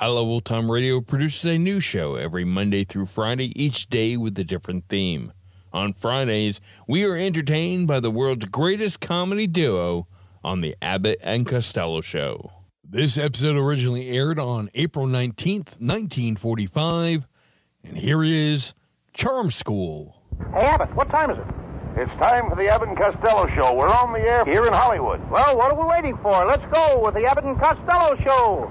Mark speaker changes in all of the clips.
Speaker 1: I Love Old Time Radio produces a new show every Monday through Friday, each day with a different theme. On Fridays, we are entertained by the world's greatest comedy duo on the Abbott and Costello Show. This episode originally aired on April 19th, 1945, and here is Charm School.
Speaker 2: Hey, Abbott, what time is it? It's time for the Abbott and Costello Show. We're on the air here in Hollywood. Well, what are we waiting for? Let's go with the Abbott and Costello Show.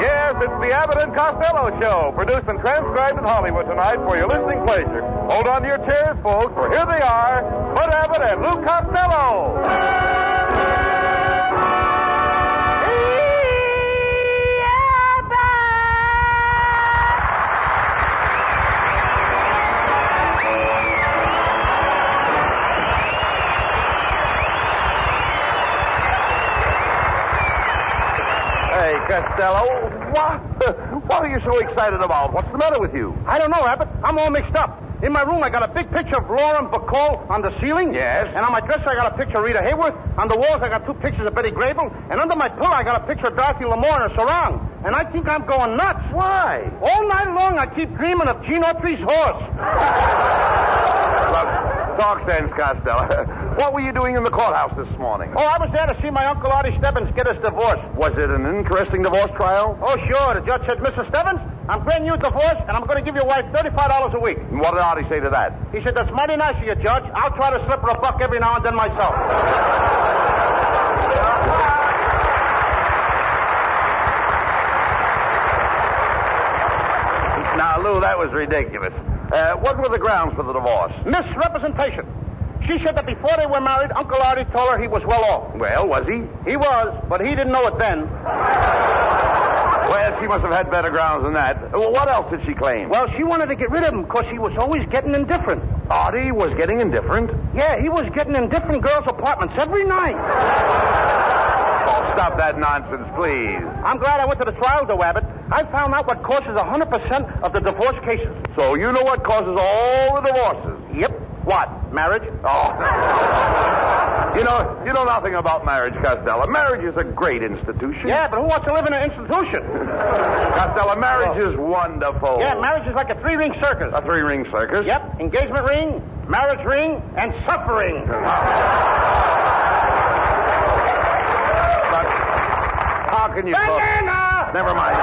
Speaker 2: Yes, it's the Abbott and Costello Show, produced and transcribed in Hollywood tonight for your listening pleasure. Hold on to your chairs, folks, for here they are, Bud Abbott and Lou Costello. Hey, Costello, what? What are you so excited about? What's the matter with you? I don't know, Abbott. I'm all mixed up. In my room, I got a big picture of Lauren Bacall on the ceiling. Yes. And on my dresser, I got a picture of Rita Hayworth. On the walls, I got two pictures of Betty Grable. And under my pillow, I got a picture of Dorothy Lamour in a sarong. And I think I'm going nuts. Why? All night long, I keep dreaming of Gene Autry's horse. Look, talk sense, Costello. What were you doing in the courthouse this morning? Oh, I was there to see my Uncle Artie Stebbins get his divorce. Was it an interesting divorce trial? Oh, sure. The judge said, Mr. Stebbins, I'm granting you a divorce, and I'm going to give your wife $35 a week. And what did Artie say to that? He said, that's mighty nice of you, Judge. I'll try to slip her a buck every now and then myself. Now, Lou, that was ridiculous. Uh, what were the grounds for the divorce? Misrepresentation. She said that before they were married, Uncle Artie told her he was well off. Well, was he? He was, but he didn't know it then. Well, she must have had better grounds than that. Well, What else did she claim? Well, she wanted to get rid of him because he was always getting indifferent. Artie was getting indifferent? Yeah, he was getting in different girls' apartments every night. Oh, stop that nonsense, please. I'm glad I went to the trial, though, Abbott. I found out what causes 100% of the divorce cases. So you know what causes all the divorces? Yep. What? Marriage? Oh. you know, you know nothing about marriage, Costello. Marriage is a great institution. Yeah, but who wants to live in an institution? Costello, marriage is wonderful. Yeah, marriage is like a three-ring circus. A three-ring circus? Yep. Engagement ring, marriage ring, and suffering. But how can you Banana! Never mind.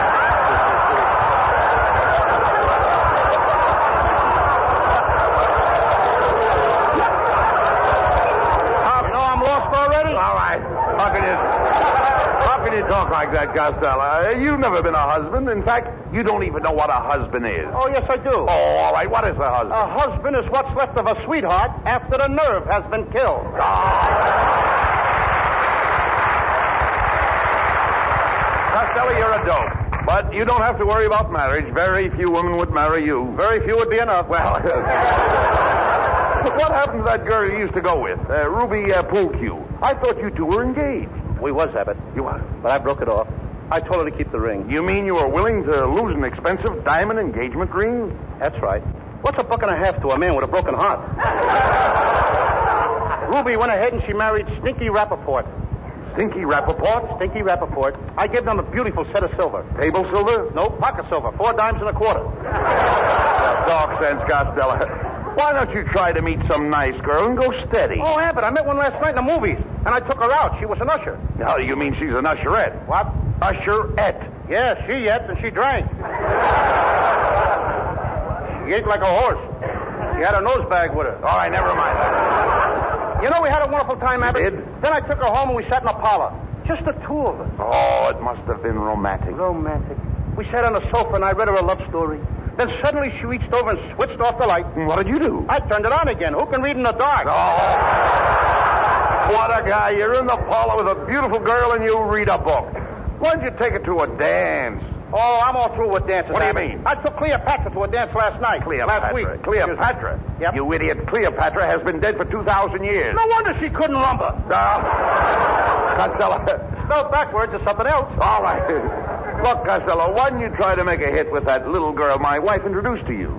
Speaker 2: no, I'm lost already. All right. How can you how can you talk like that, Costello? You've never been a husband. In fact, you don't even know what a husband is. Oh, yes, I do. Oh, all right. What is a husband? A husband is what's left of a sweetheart after the nerve has been killed. Ah. Costello, Costello, you're a dope. But you don't have to worry about marriage. Very few women would marry you. Very few would be enough. Well, what happened to that girl you used to go with, uh, Ruby uh, Poolcue? I thought you two were engaged.
Speaker 3: We was, Abbott.
Speaker 2: You are.
Speaker 3: But I broke it off. I told her to keep the ring.
Speaker 2: You mean you are willing to lose an expensive diamond engagement ring?
Speaker 3: That's right. What's a buck and a half to a man with a broken heart? Ruby went ahead and she married Stinky Rappaport.
Speaker 2: Stinky Rappaport?
Speaker 3: Stinky Rappaport. I gave them a beautiful set of silver.
Speaker 2: Table silver?
Speaker 3: No, pocket silver. Four dimes and a quarter.
Speaker 2: Dog sense, Costello. Why don't you try to meet some nice girl and go steady?
Speaker 3: Oh, Abbott, I met one last night in the movies, and I took her out. She was an usher.
Speaker 2: Now, you mean she's an usherette?
Speaker 3: What?
Speaker 2: Usherette.
Speaker 3: Yeah, she yet, and she drank. she ate like a horse. She had a nose bag with her.
Speaker 2: All right, never mind that.
Speaker 3: You know, we had a wonderful time, Abbott.
Speaker 2: did?
Speaker 3: Then I took her home and we sat in a parlor. Just the two of us.
Speaker 2: Oh, it must have been romantic.
Speaker 3: Romantic. We sat on a sofa and I read her a love story. Then suddenly she reached over and switched off the light.
Speaker 2: What did you do?
Speaker 3: I turned it on again. Who can read in the dark?
Speaker 2: Oh, what a guy. You're in the parlor with a beautiful girl and you read a book. Why don't you take her to a dance?
Speaker 3: Oh, I'm all through with dances.
Speaker 2: What do you
Speaker 3: Abbott.
Speaker 2: mean?
Speaker 3: I took Cleopatra to a dance last night. Last week.
Speaker 2: Cleopatra.
Speaker 3: Excuse me. Yep.
Speaker 2: You idiot. Cleopatra has been dead for 2,000 years.
Speaker 3: No wonder she couldn't lumber.
Speaker 2: Now, Costello.
Speaker 3: Spelled backwards or something else.
Speaker 2: All right. Look, Costello, why don't you try to make a hit with that little girl my wife introduced to you?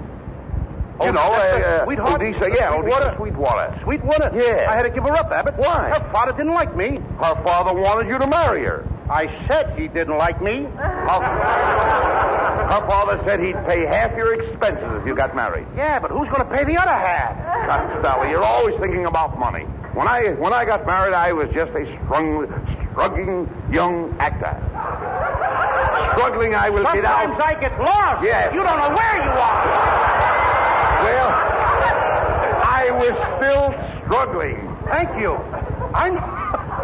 Speaker 3: Oh,
Speaker 2: you know,
Speaker 3: that's
Speaker 2: uh,
Speaker 3: right.
Speaker 2: uh,
Speaker 3: Sweetheart?
Speaker 2: Odessa, yeah,
Speaker 3: Sweetwater?
Speaker 2: Odessa Sweetwater.
Speaker 3: Sweetwater.
Speaker 2: Yeah.
Speaker 3: I had to give her up, Abbott.
Speaker 2: Why?
Speaker 3: Her father didn't like me.
Speaker 2: Her father wanted you to marry her.
Speaker 3: I said he didn't like me.
Speaker 2: Her, her father said he'd pay half your expenses if you got married.
Speaker 3: Yeah, but who's going to pay the other half?
Speaker 2: Costello, you're always thinking about money. When I when I got married, I was just a strung, struggling young actor. Struggling, I will get out.
Speaker 3: Sometimes I get lost.
Speaker 2: Yes.
Speaker 3: You don't know where you are.
Speaker 2: Well, I was still struggling.
Speaker 3: Thank you.
Speaker 2: I'm.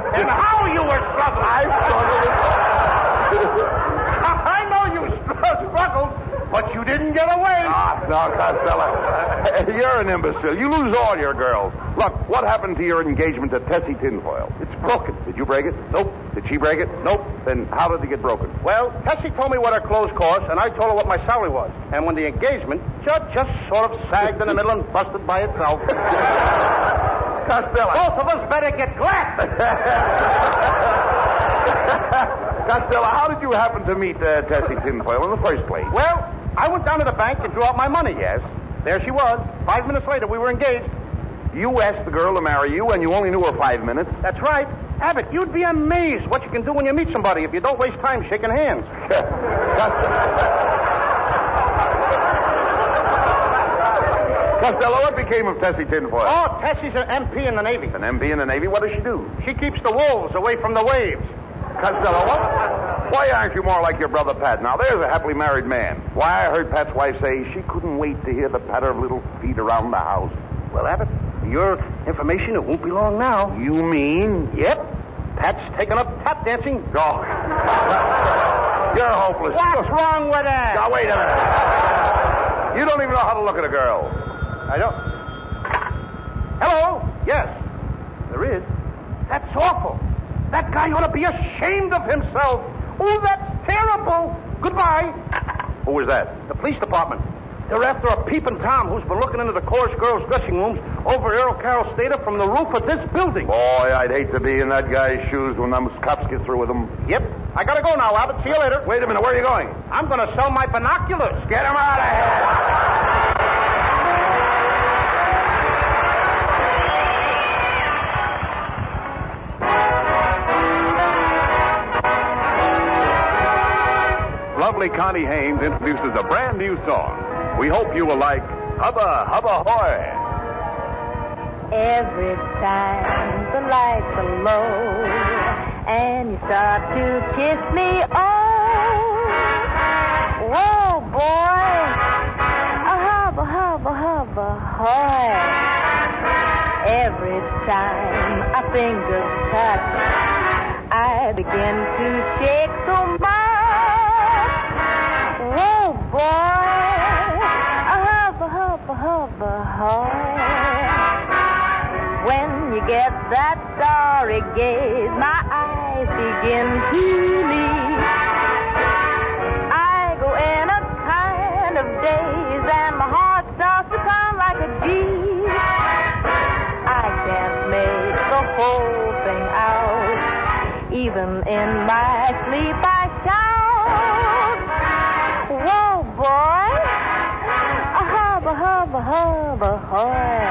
Speaker 3: And how you were struggling.
Speaker 2: I struggled.
Speaker 3: I know you str- struggled, but you didn't get away.
Speaker 2: Ah, no, Costello. You're an imbecile. You lose all your girls. Look, what happened to your engagement to Tessie Tinfoil? It's broken. Did you break it? Nope. Did she break it? Nope. Then how did it get broken?
Speaker 3: Well, Tessie told me what her clothes cost, and I told her what my salary was. And when the engagement just, just sort of sagged in the middle and busted by itself,
Speaker 2: Costello.
Speaker 3: both of us better get glad.
Speaker 2: Costello, how did you happen to meet uh, Tessie Tinfoil in the first place?
Speaker 3: Well, I went down to the bank and drew out my money.
Speaker 2: yes.
Speaker 3: There she was. Five minutes later, we were engaged.
Speaker 2: You asked the girl to marry you, and you only knew her five minutes.
Speaker 3: That's right. Abbott, you'd be amazed what you can do when you meet somebody if you don't waste time shaking hands.
Speaker 2: Costello, what became of Tessie Tinfoil?
Speaker 3: Oh, Tessie's an MP in the Navy.
Speaker 2: An MB in the Navy? What does she do?
Speaker 3: She keeps the wolves away from the waves.
Speaker 2: Costello, what? Why aren't you more like your brother Pat? Now, there's a happily married man. Why, I heard Pat's wife say she couldn't wait to hear the patter of little feet around the house.
Speaker 3: Well, Abbott, your information, it won't be long now.
Speaker 2: You mean?
Speaker 3: Yep. Pat's taken up tap dancing.
Speaker 2: Oh. You're hopeless.
Speaker 3: What's wrong with that?
Speaker 2: Now, wait a minute. You don't even know how to look at a girl.
Speaker 3: I don't. Hello? Yes. There is. That's awful. That guy ought to be ashamed of himself. Oh, that's terrible. Goodbye.
Speaker 2: Who was that?
Speaker 3: The police department. They're after a peeping Tom who's been looking into the chorus girls' dressing rooms over Errol Carroll Stater from the roof of this building.
Speaker 2: Boy, I'd hate to be in that guy's shoes when them cops get through with him.
Speaker 3: Yep. I gotta go now, Albert. See you later.
Speaker 2: Wait a minute, where are you going?
Speaker 3: I'm gonna sell my binoculars.
Speaker 2: Get him out of here! Lovely Connie Hames introduces a brand new song. We hope you will like Hubba Hubba Hoy.
Speaker 4: Every time the lights are low and you start to kiss me, oh, whoa, boy, a hubba, hubba, hubba, hoy. Every time our fingers touch, I begin to shake so much. Whoa, boy, a hubba, hubba, hubba, hoy. When you get that starry gaze, my eyes begin to leak. in my sleep I shout. Whoa, boy. A hubba, hubba, hubba, hoy.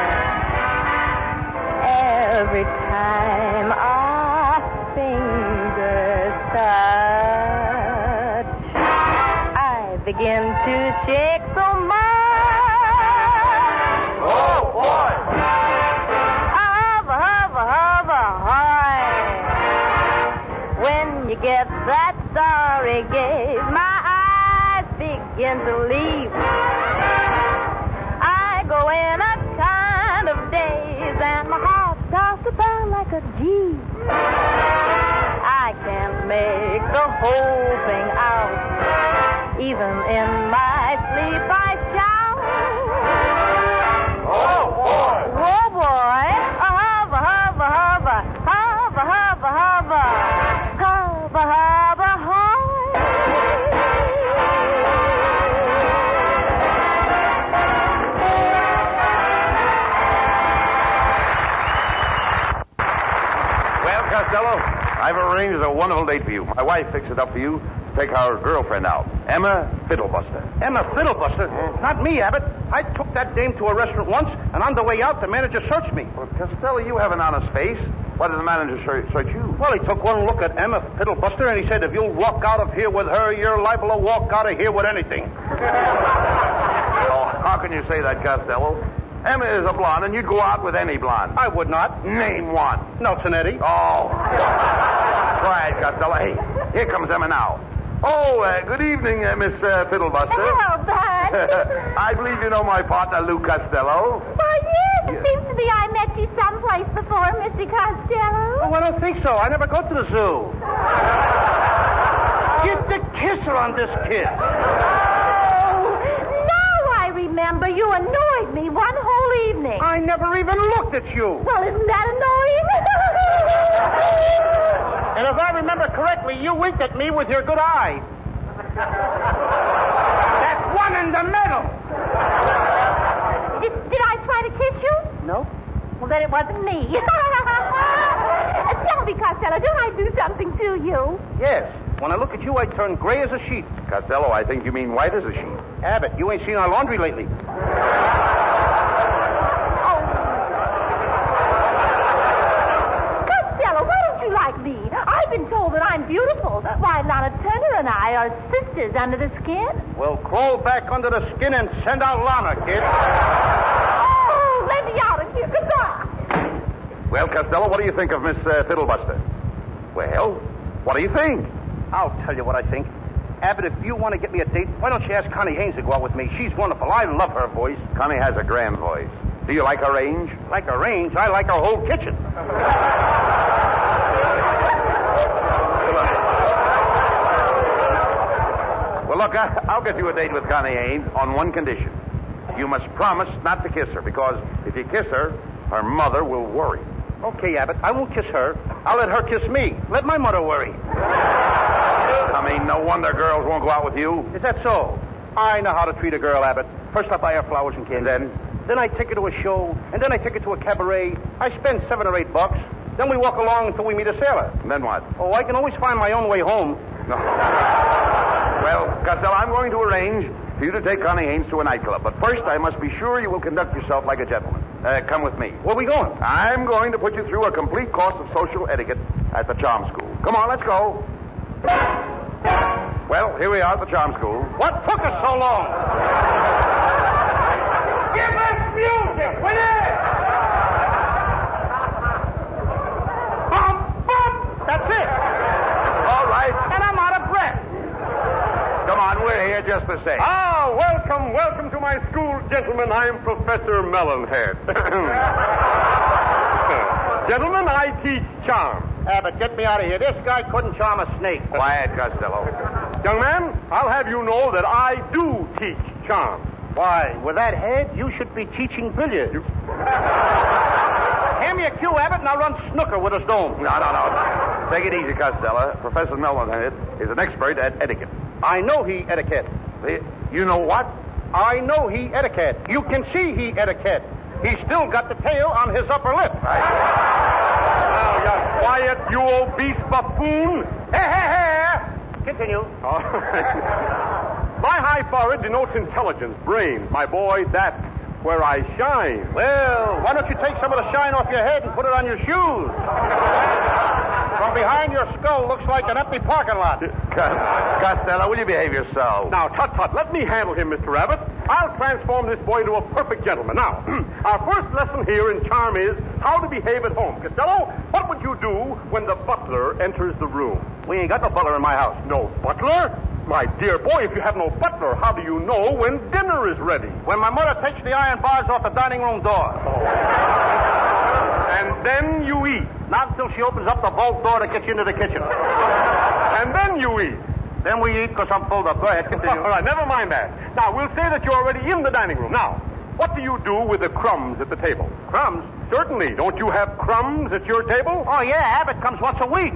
Speaker 4: Every time our fingers touch, I begin to shake so much.
Speaker 3: Oh, boy.
Speaker 4: Hubba, hubba, hubba, hoy. When you get that sorry gaze, my eyes begin to leap. I go in a kind of daze, and my heart tossed about like a jeep. I can't make the whole thing out. Even in my sleep, I shout.
Speaker 3: Oh, boy.
Speaker 4: Whoa, Oh, boy. A hubba, hubba, hubba. Hubba, hubba, hubba. Hubba, hubba,
Speaker 3: Well, Costello, I've arranged a wonderful date for you. My wife fixed it up for you to take our girlfriend out, Emma Fiddlebuster. Hmm.
Speaker 2: Emma Fiddlebuster? Not me, Abbott. I took that dame to a restaurant once, and on the way out, the manager searched me.
Speaker 3: Well, Costello, you have an honest face. Why did the manager search, search you?
Speaker 2: Well, he took one look at Emma Fiddlebuster, and he said, if you'll walk out of here with her, you're liable to walk out of here with anything.
Speaker 3: Oh, how can you say that, Costello? Emma is a blonde, and you'd go out with any blonde.
Speaker 2: I would not.
Speaker 3: Name one.
Speaker 2: Nelson Eddy.
Speaker 3: Oh. Try it, Costello. Hey, here comes Emma now. Oh, uh, good evening, uh, Miss uh, Fiddlebuster.
Speaker 4: Hello, Bud.
Speaker 3: I believe you know my partner, Lou Costello.
Speaker 4: well, yes, it seems to me I met you someplace before, Mr. Costello.
Speaker 2: Oh, I don't think so. I never go to the zoo. Get the kisser on this kid.
Speaker 4: Oh, now I remember you annoyed me one whole evening.
Speaker 2: I never even looked at you.
Speaker 4: Well, isn't that annoying?
Speaker 2: And if I remember correctly, you winked at me with your good eye. that one in the middle.
Speaker 4: Did, did I try to kiss you?
Speaker 2: No?
Speaker 4: Well, then it wasn't me. Tell me, Costello, did I do something to you?
Speaker 2: Yes. When I look at you, I turn gray as a sheet.
Speaker 3: Costello, I think you mean white as a sheet.
Speaker 2: Abbott, you ain't seen our laundry lately.
Speaker 4: Oh. Costello, why don't you like me? I've been told that I'm beautiful. Why, Lana Turner and I are sisters under the skin.
Speaker 2: Well, crawl back under the skin and send out Lana, kid.
Speaker 4: Oh, let me out of here. Goodbye.
Speaker 3: Well, Costello, what do you think of Miss uh, Fiddlebuster? Well, what do you think?
Speaker 2: I'll tell you what I think. Abbott, if you want to get me a date, why don't you ask Connie Haynes to go out with me? She's wonderful. I love her voice.
Speaker 3: Connie has a grand voice. Do you like her range?
Speaker 2: Like her range, I like her whole kitchen.
Speaker 3: Well, look, I, I'll get you a date with Connie Haynes on one condition. You must promise not to kiss her, because if you kiss her, her mother will worry.
Speaker 2: Okay, Abbott, I won't kiss her. I'll let her kiss me. Let my mother worry.
Speaker 3: I mean, no wonder girls won't go out with you.
Speaker 2: Is that so? I know how to treat a girl, Abbott. First, I buy her flowers and candy. then? Then I take her to a show, and then I take her to a cabaret. I spend seven or eight bucks. Then we walk along until we meet a sailor.
Speaker 3: And then what?
Speaker 2: Oh, I can always find my own way home.
Speaker 3: Well, Costello, I'm going to arrange for you to take Connie Haynes to a nightclub. But first, I must be sure you will conduct yourself like a gentleman. Uh, come with me.
Speaker 2: Where we going?
Speaker 3: I'm going to put you through a complete course of social etiquette at the Charm School. Come on, let's go. Well, here we are at the Charm School.
Speaker 2: What took us so long? Give us music, will you? Bum, bum. That's it.
Speaker 3: All right.
Speaker 2: And I'm out of breath.
Speaker 3: Come on, we're here just the same.
Speaker 5: Ah, welcome, welcome to my school, gentlemen. I'm Professor Melonhead. gentlemen, I teach charm.
Speaker 2: Abbott, get me out of here. This guy couldn't charm a snake.
Speaker 3: Quiet, Costello.
Speaker 5: Young man, I'll have you know that I do teach charm.
Speaker 2: Why, with that head, you should be teaching billiards. Hand me a cue, Abbott, and I'll run snooker with a stone.
Speaker 3: No, no, no. Take it easy, Costello. Professor Melonhead is an expert at etiquette.
Speaker 2: I know he etiquette.
Speaker 3: The- You know what?
Speaker 2: I know he etiquette. You can see he etiquette. He's still got the tail on his upper lip.
Speaker 3: Right.
Speaker 5: Now,
Speaker 2: Just quiet, you obese buffoon.
Speaker 3: Hey, hey, hey! Continue.
Speaker 2: All right. My high forehead denotes intelligence, brains. My boy, that's where I shine.
Speaker 3: Well, why don't you take some of the shine off your head and put it on your shoes? From behind your skull looks like an empty parking lot.
Speaker 6: Cos- Costello, will you behave yourself?
Speaker 2: Now, tut tut, let me handle him, Mr. Rabbit. I'll transform this boy into a perfect gentleman. Now, our first lesson here in charm is how to behave at home. Costello, what would you do when the butler enters the room?
Speaker 3: We ain't got no butler in my house.
Speaker 2: No butler? My dear boy, if you have no butler, how do you know when dinner is ready? Oh,
Speaker 3: When my mother takes the iron bars off the dining room door.
Speaker 2: and then you eat.
Speaker 3: Not until she opens up the vault door to get you into the kitchen.
Speaker 2: and then you eat.
Speaker 3: Then we eat because I'm full up. Go ahead, continue.
Speaker 2: All right, never mind that. Now, we'll say that you're already in the dining room. Now, what do you do with the crumbs at the table?
Speaker 3: Crumbs?
Speaker 2: Certainly. Don't you have crumbs at your table?
Speaker 3: Oh, yeah. Abbott comes once a week.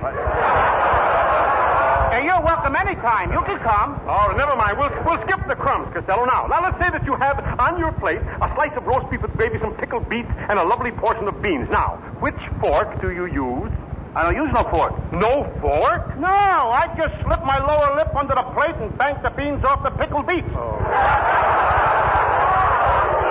Speaker 3: And you're welcome anytime. You can come.
Speaker 2: Oh, never mind. We'll, we'll skip the crumbs, Costello. Now, now let's say that you have on your plate a slice of roast beef with gravy, some pickled beets, and a lovely portion of beans. Now, which fork do you use?
Speaker 3: I don't use no fork.
Speaker 2: No fork?
Speaker 3: No, I just slip my lower lip under the plate and bank the beans off the pickled beets.
Speaker 2: Oh.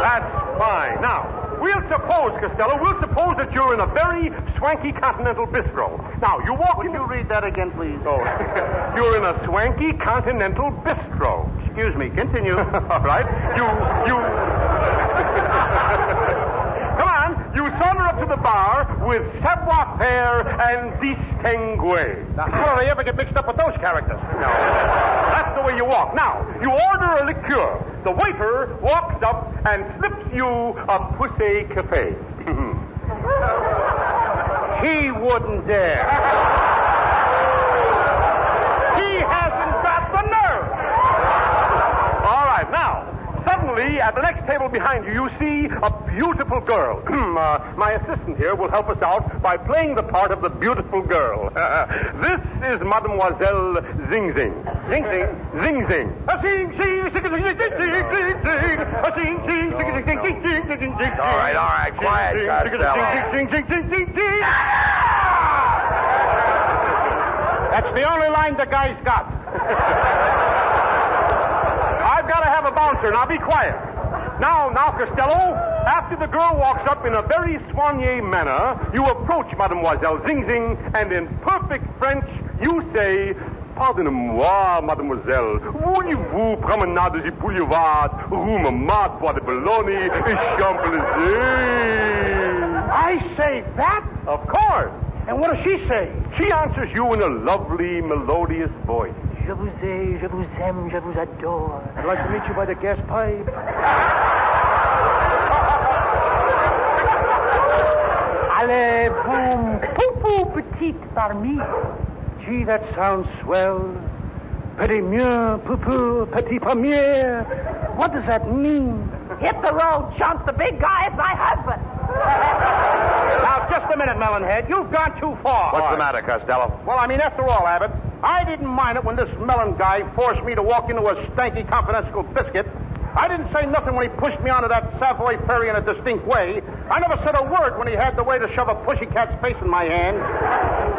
Speaker 2: That's fine. Now, We'll suppose, Costello, we'll suppose that you're in a very swanky continental bistro. Now, you walk
Speaker 3: Would
Speaker 2: in...
Speaker 3: you read that again, please?
Speaker 2: Oh, you're in a swanky continental bistro.
Speaker 3: Excuse me, continue.
Speaker 2: All right. You, you... Come on, you saunter up to the bar with savoir-faire and distingue.
Speaker 3: Now, how do they ever get mixed up with those characters?
Speaker 2: No. That's the way you walk. Now, you order a liqueur. The waiter walks up and slips you a pousse cafe.
Speaker 3: He wouldn't dare. he hasn't got the nerve.
Speaker 2: All right, now, suddenly, at the next table behind you, you see a beautiful girl. uh, my assistant here will help us out by playing the part of the beautiful girl. this is Mademoiselle Zing Zing.
Speaker 3: Zing Zing?
Speaker 2: Zing Zing. A Zing Zing, Zing Zing, Zing Zing, Zing Zing, Zing. A Zing Zing, Zing Zing, Zing Zing, Zing Zing, Zing.
Speaker 6: All right, all right,
Speaker 2: Zing,
Speaker 6: quiet,
Speaker 2: zing, zing,
Speaker 6: Costello.
Speaker 2: Zing Zing, Zing Zing, Zing Zing.
Speaker 3: That's the only line the guy's got.
Speaker 2: I've got to have a bouncer. Now be quiet. Now, now, Costello. After the girl walks up in a very soigné manner, you approach Mademoiselle Zing Zing, and in perfect French, you say, Pardonnez-moi, mademoiselle. Voulez-vous promenade du boulevard, rue Montmartre, Bois de Boulogne, et Champs-Élysées?
Speaker 3: I say that?
Speaker 2: Of course.
Speaker 3: And what does she say?
Speaker 2: She answers you in a lovely, melodious voice.
Speaker 7: Je vous ai, je vous aime, je vous adore.
Speaker 3: I'd like to meet you by the gas pipe.
Speaker 7: Allez-vous me poupou petite parmi?
Speaker 3: Gee, that sounds swell. Petit mieux, poupou, petit premier. What does that mean?
Speaker 8: Hit the road, chump. The big guy is my husband.
Speaker 3: Now, just a minute, Melonhead. You've gone too far.
Speaker 6: What's the matter, Costello?
Speaker 3: Well, I mean, after all, Abbott, I didn't mind it when this melon guy forced me to walk into a stanky confidential biscuit. I didn't say nothing when he pushed me onto that Savoy ferry in a distinct way. I never said a word when he had the way to shove a pussycat's face in my hand.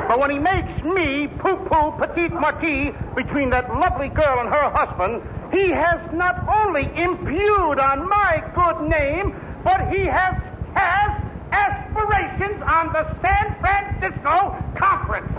Speaker 3: But when he makes me poo-poo petite marquis between that lovely girl and her husband, he has not only impugned on my good name, but he has cast aspirations on the San Francisco Conference.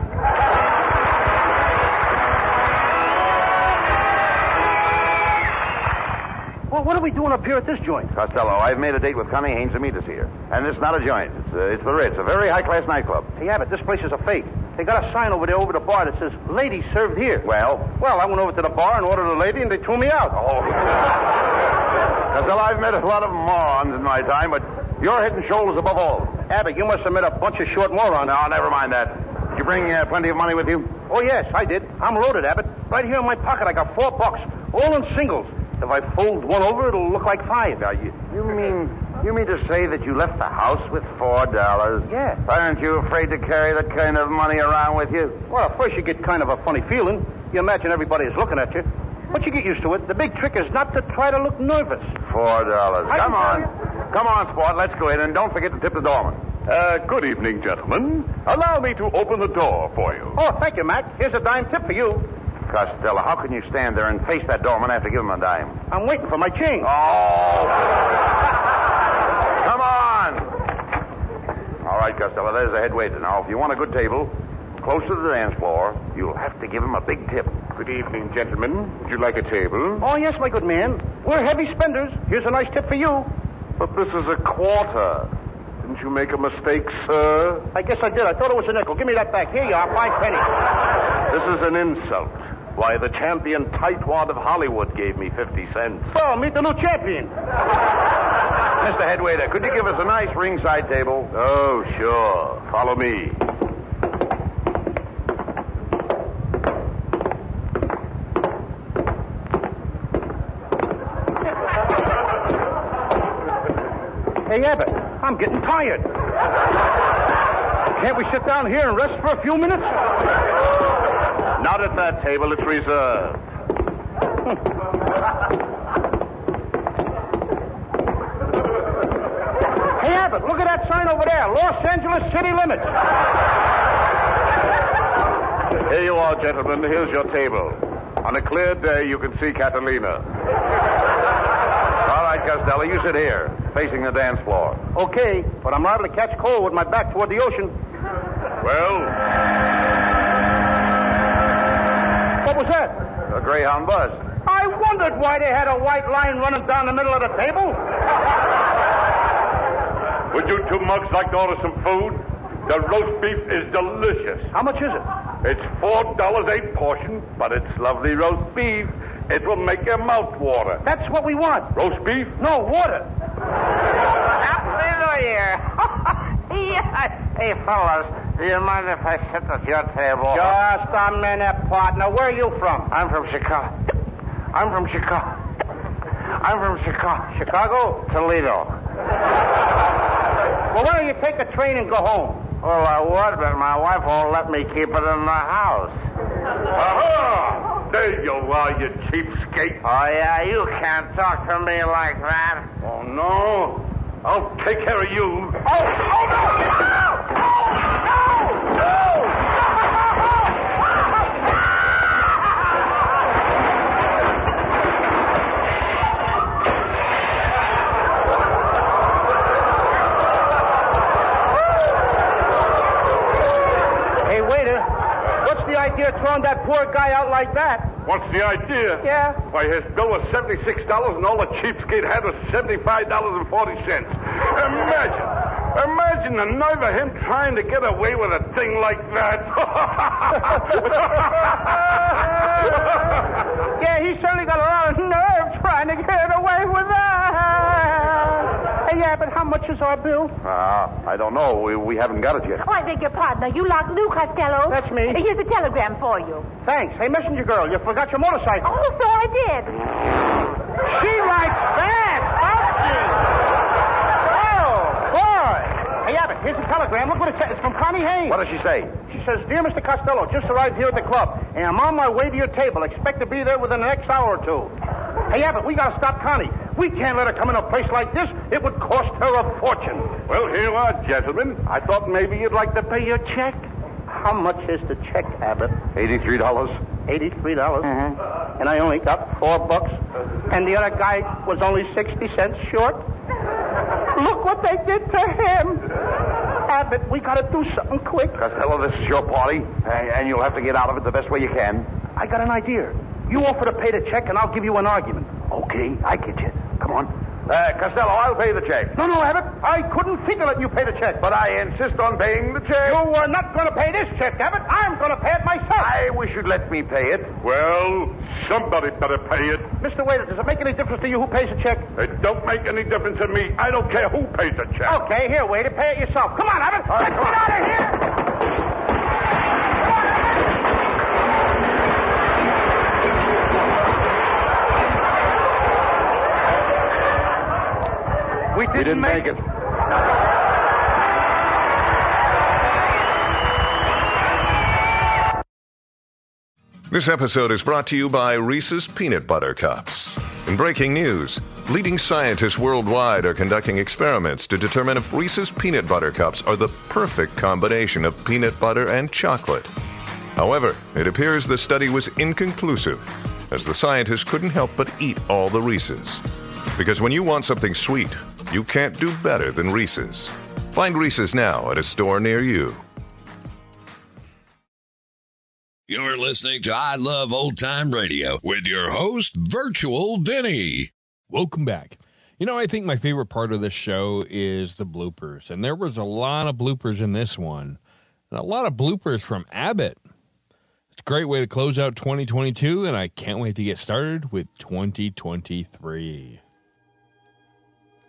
Speaker 3: Well, what are we doing up here at this joint?
Speaker 6: Costello, I've made a date with Connie Haynes to meet us here. And it's not a joint. It's, uh, it's the Ritz, a very high-class nightclub.
Speaker 3: Hey, Abbott, this place is a fake. They got a sign over there over the bar that says, Ladies served here.
Speaker 6: Well?
Speaker 3: Well, I went over to the bar and ordered a lady, and they threw me out.
Speaker 6: Oh. Costello, I've met a lot of morons in my time, but you're head and shoulders above all.
Speaker 3: Abbott, you must have met a bunch of short morons.
Speaker 6: No, Oh, never mind that. Did you bring uh, plenty of money with you?
Speaker 3: Oh, yes, I did. I'm loaded, Abbott. Right here in my pocket, I got four bucks, all in singles. If I fold one over, it'll look like five.
Speaker 6: Now, you, you mean you mean to say that you left the house with four dollars?
Speaker 3: Yeah.
Speaker 6: Aren't you afraid to carry that kind of money around with you?
Speaker 3: Well, first you get kind of a funny feeling. You imagine everybody's looking at you. But you get used to it. The big trick is not to try to look nervous.
Speaker 6: Four dollars.
Speaker 3: I can
Speaker 6: Come on.
Speaker 3: tell
Speaker 6: Come on, sport. Let's go in and don't forget to tip the doorman.
Speaker 2: Uh, good evening, gentlemen. Allow me to open the door for you.
Speaker 9: Oh, thank you, Mac. Here's a dime tip for you.
Speaker 10: Costello, how can you stand there and face that doorman after giving him a dime?
Speaker 9: I'm waiting for my change.
Speaker 10: Oh! Come on! All right, Costello, there's the head waiter. Now, if you want a good table, close to the dance floor, you'll have to give him a big tip.
Speaker 2: Good evening, gentlemen. Would you like a table?
Speaker 9: Oh, yes, my good man. We're heavy spenders. Here's a nice tip for you.
Speaker 2: But this is a quarter. Didn't you make a mistake, sir?
Speaker 9: I guess I did. I thought it was a nickel. Give me that back. Here you are, five penny.
Speaker 10: This is an insult. Why, the champion tightwad of Hollywood gave me 50 cents.
Speaker 9: So, meet the new champion.
Speaker 10: Mr. Headwaiter, could you give us a nice ringside table?
Speaker 2: Oh, sure. Follow me.
Speaker 9: Hey, Abbott, I'm getting tired. Can't we sit down here and rest for a few minutes?
Speaker 10: Not at that table. It's reserved.
Speaker 9: hey, Abbott, look at that sign over there Los Angeles city limits.
Speaker 2: Here you are, gentlemen. Here's your table. On a clear day, you can see Catalina.
Speaker 10: All right, Costello, you sit here, facing the dance floor.
Speaker 9: Okay, but I'm liable to catch cold with my back toward the ocean.
Speaker 2: Well,
Speaker 9: What was that?
Speaker 10: A Greyhound bus.
Speaker 9: I wondered why they had a white line running down the middle of the table.
Speaker 2: would you two mugs like to order some food? The roast beef is delicious.
Speaker 9: How much is it?
Speaker 2: It's four dollars eight portion, but it's lovely roast beef. It will make your mouth water.
Speaker 9: That's what we want.
Speaker 2: Roast beef?
Speaker 9: No, water.
Speaker 11: Hello here. yeah. Hey, fellas, do you mind if I sit at your table?
Speaker 9: Just a minute, partner. Where are you from?
Speaker 11: I'm from Chicago. I'm from Chicago. I'm from Chicago.
Speaker 9: Chicago?
Speaker 11: Toledo.
Speaker 9: Well, why don't you take a train and go home?
Speaker 11: Well, I would, but my wife won't let me keep it in the house.
Speaker 9: Uh-huh.
Speaker 2: Aha! There you are, you cheapskate.
Speaker 11: Oh, yeah, you can't talk to me like that.
Speaker 2: Oh, no. I'll take care of you.
Speaker 9: Oh, oh no! No! No! No! Hey, waiter. What's the idea of throwing that poor guy out like that?
Speaker 2: What's the idea?
Speaker 9: Yeah.
Speaker 2: Why, his bill was $76 and all the cheapskate had was $75.40. Imagine. Imagine the nerve of him trying to get away with a thing like that.
Speaker 9: Yeah, he certainly got a lot of nerve trying to get away with that. Hey, yeah, but how much is our bill?
Speaker 2: Ah,
Speaker 10: Uh, I don't know. We, we haven't got it yet.
Speaker 4: Oh, I beg your pardon. Are you locked Lou Costello?
Speaker 9: That's me.
Speaker 4: Here's a telegram for you.
Speaker 9: Thanks. Hey, messenger girl, you forgot your motorcycle.
Speaker 4: Oh, so I did.
Speaker 9: She likes that, doesn't she? Oh, boy. Hey, Abbott, here's a telegram. Look what it says. It's from Connie Hayes.
Speaker 10: What does she say?
Speaker 9: She says, Dear Mr. Costello, just arrived here at the club, and I'm on my way to your table. Expect to be there within the next hour or two. Hey, Abbott, we gotta stop Connie. We can't let her come in a place like this. It would cost her a fortune.
Speaker 2: Well, here you are, gentlemen. I thought maybe you'd like to pay your check.
Speaker 9: How much is the check, Abbott?
Speaker 10: $83.
Speaker 9: Eighty-three dollars,
Speaker 2: Mm-hmm.
Speaker 9: and I only got four bucks, and the other guy was only sixty cents short. Look what they did to him, Abbott. We gotta do something quick.
Speaker 10: Costello, this is your party, and, and you'll have to get out of it the best way you can.
Speaker 9: I got an idea. You offer to pay the check, and I'll give you an argument.
Speaker 10: Okay, I get you. Come on. Uh, Costello, I'll pay the check.
Speaker 9: No, no, Abbott. I couldn't think of letting you pay the check.
Speaker 10: But I insist on paying the check.
Speaker 9: You are not going to pay this check, Abbott. I'm going to pay it myself.
Speaker 10: I wish you'd let me pay it.
Speaker 2: Well, somebody better pay it.
Speaker 9: Mr. Waiter, does it make any difference to you who pays the check?
Speaker 2: It don't make any difference to me. I don't care who pays the check.
Speaker 9: Okay, here, waiter, pay it yourself. Come on, Abbott.
Speaker 10: All right,
Speaker 9: Let's
Speaker 10: come
Speaker 9: get
Speaker 10: on.
Speaker 9: out of here. We didn't,
Speaker 10: We didn't
Speaker 9: make
Speaker 10: make it.
Speaker 12: This episode is brought to you by Reese's Peanut Butter Cups. In breaking news, Leading scientists worldwide are conducting experiments to determine if Reese's peanut butter cups are the perfect combination of peanut butter and chocolate. However, it appears the study was inconclusive, as the scientists couldn't help but eat all the Reese's. Because when you want something sweet, you can't do better than Reese's. Find Reese's now at a store near you.
Speaker 13: You're listening to I Love Old Time Radio with your host, Virtual Vinny.
Speaker 1: Welcome back. You know, I think my favorite part of this show is the bloopers, and there was a lot of bloopers in this one, and a lot of bloopers from Abbott. It's a great way to close out 2022, and I can't wait to get started with 2023.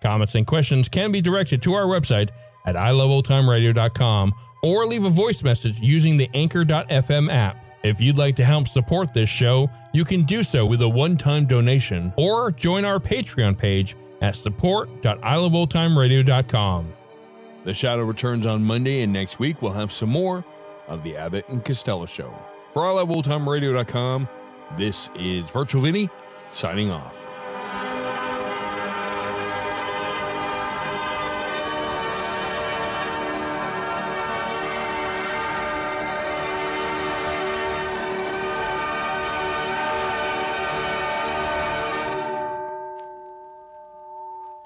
Speaker 1: Comments and questions can be directed to our website at iloveoldtimeradio.com or leave a voice message using the Anchor.fm app. If you'd like to help support this show, you can do so with a one-time donation or join our Patreon page at support.iloveoldtimeradio.com. The Shadow returns on Monday, and next week we'll have some more of the Abbott and Costello Show. For iloveoldtimeradio.com, this is Virtual Vinny signing off.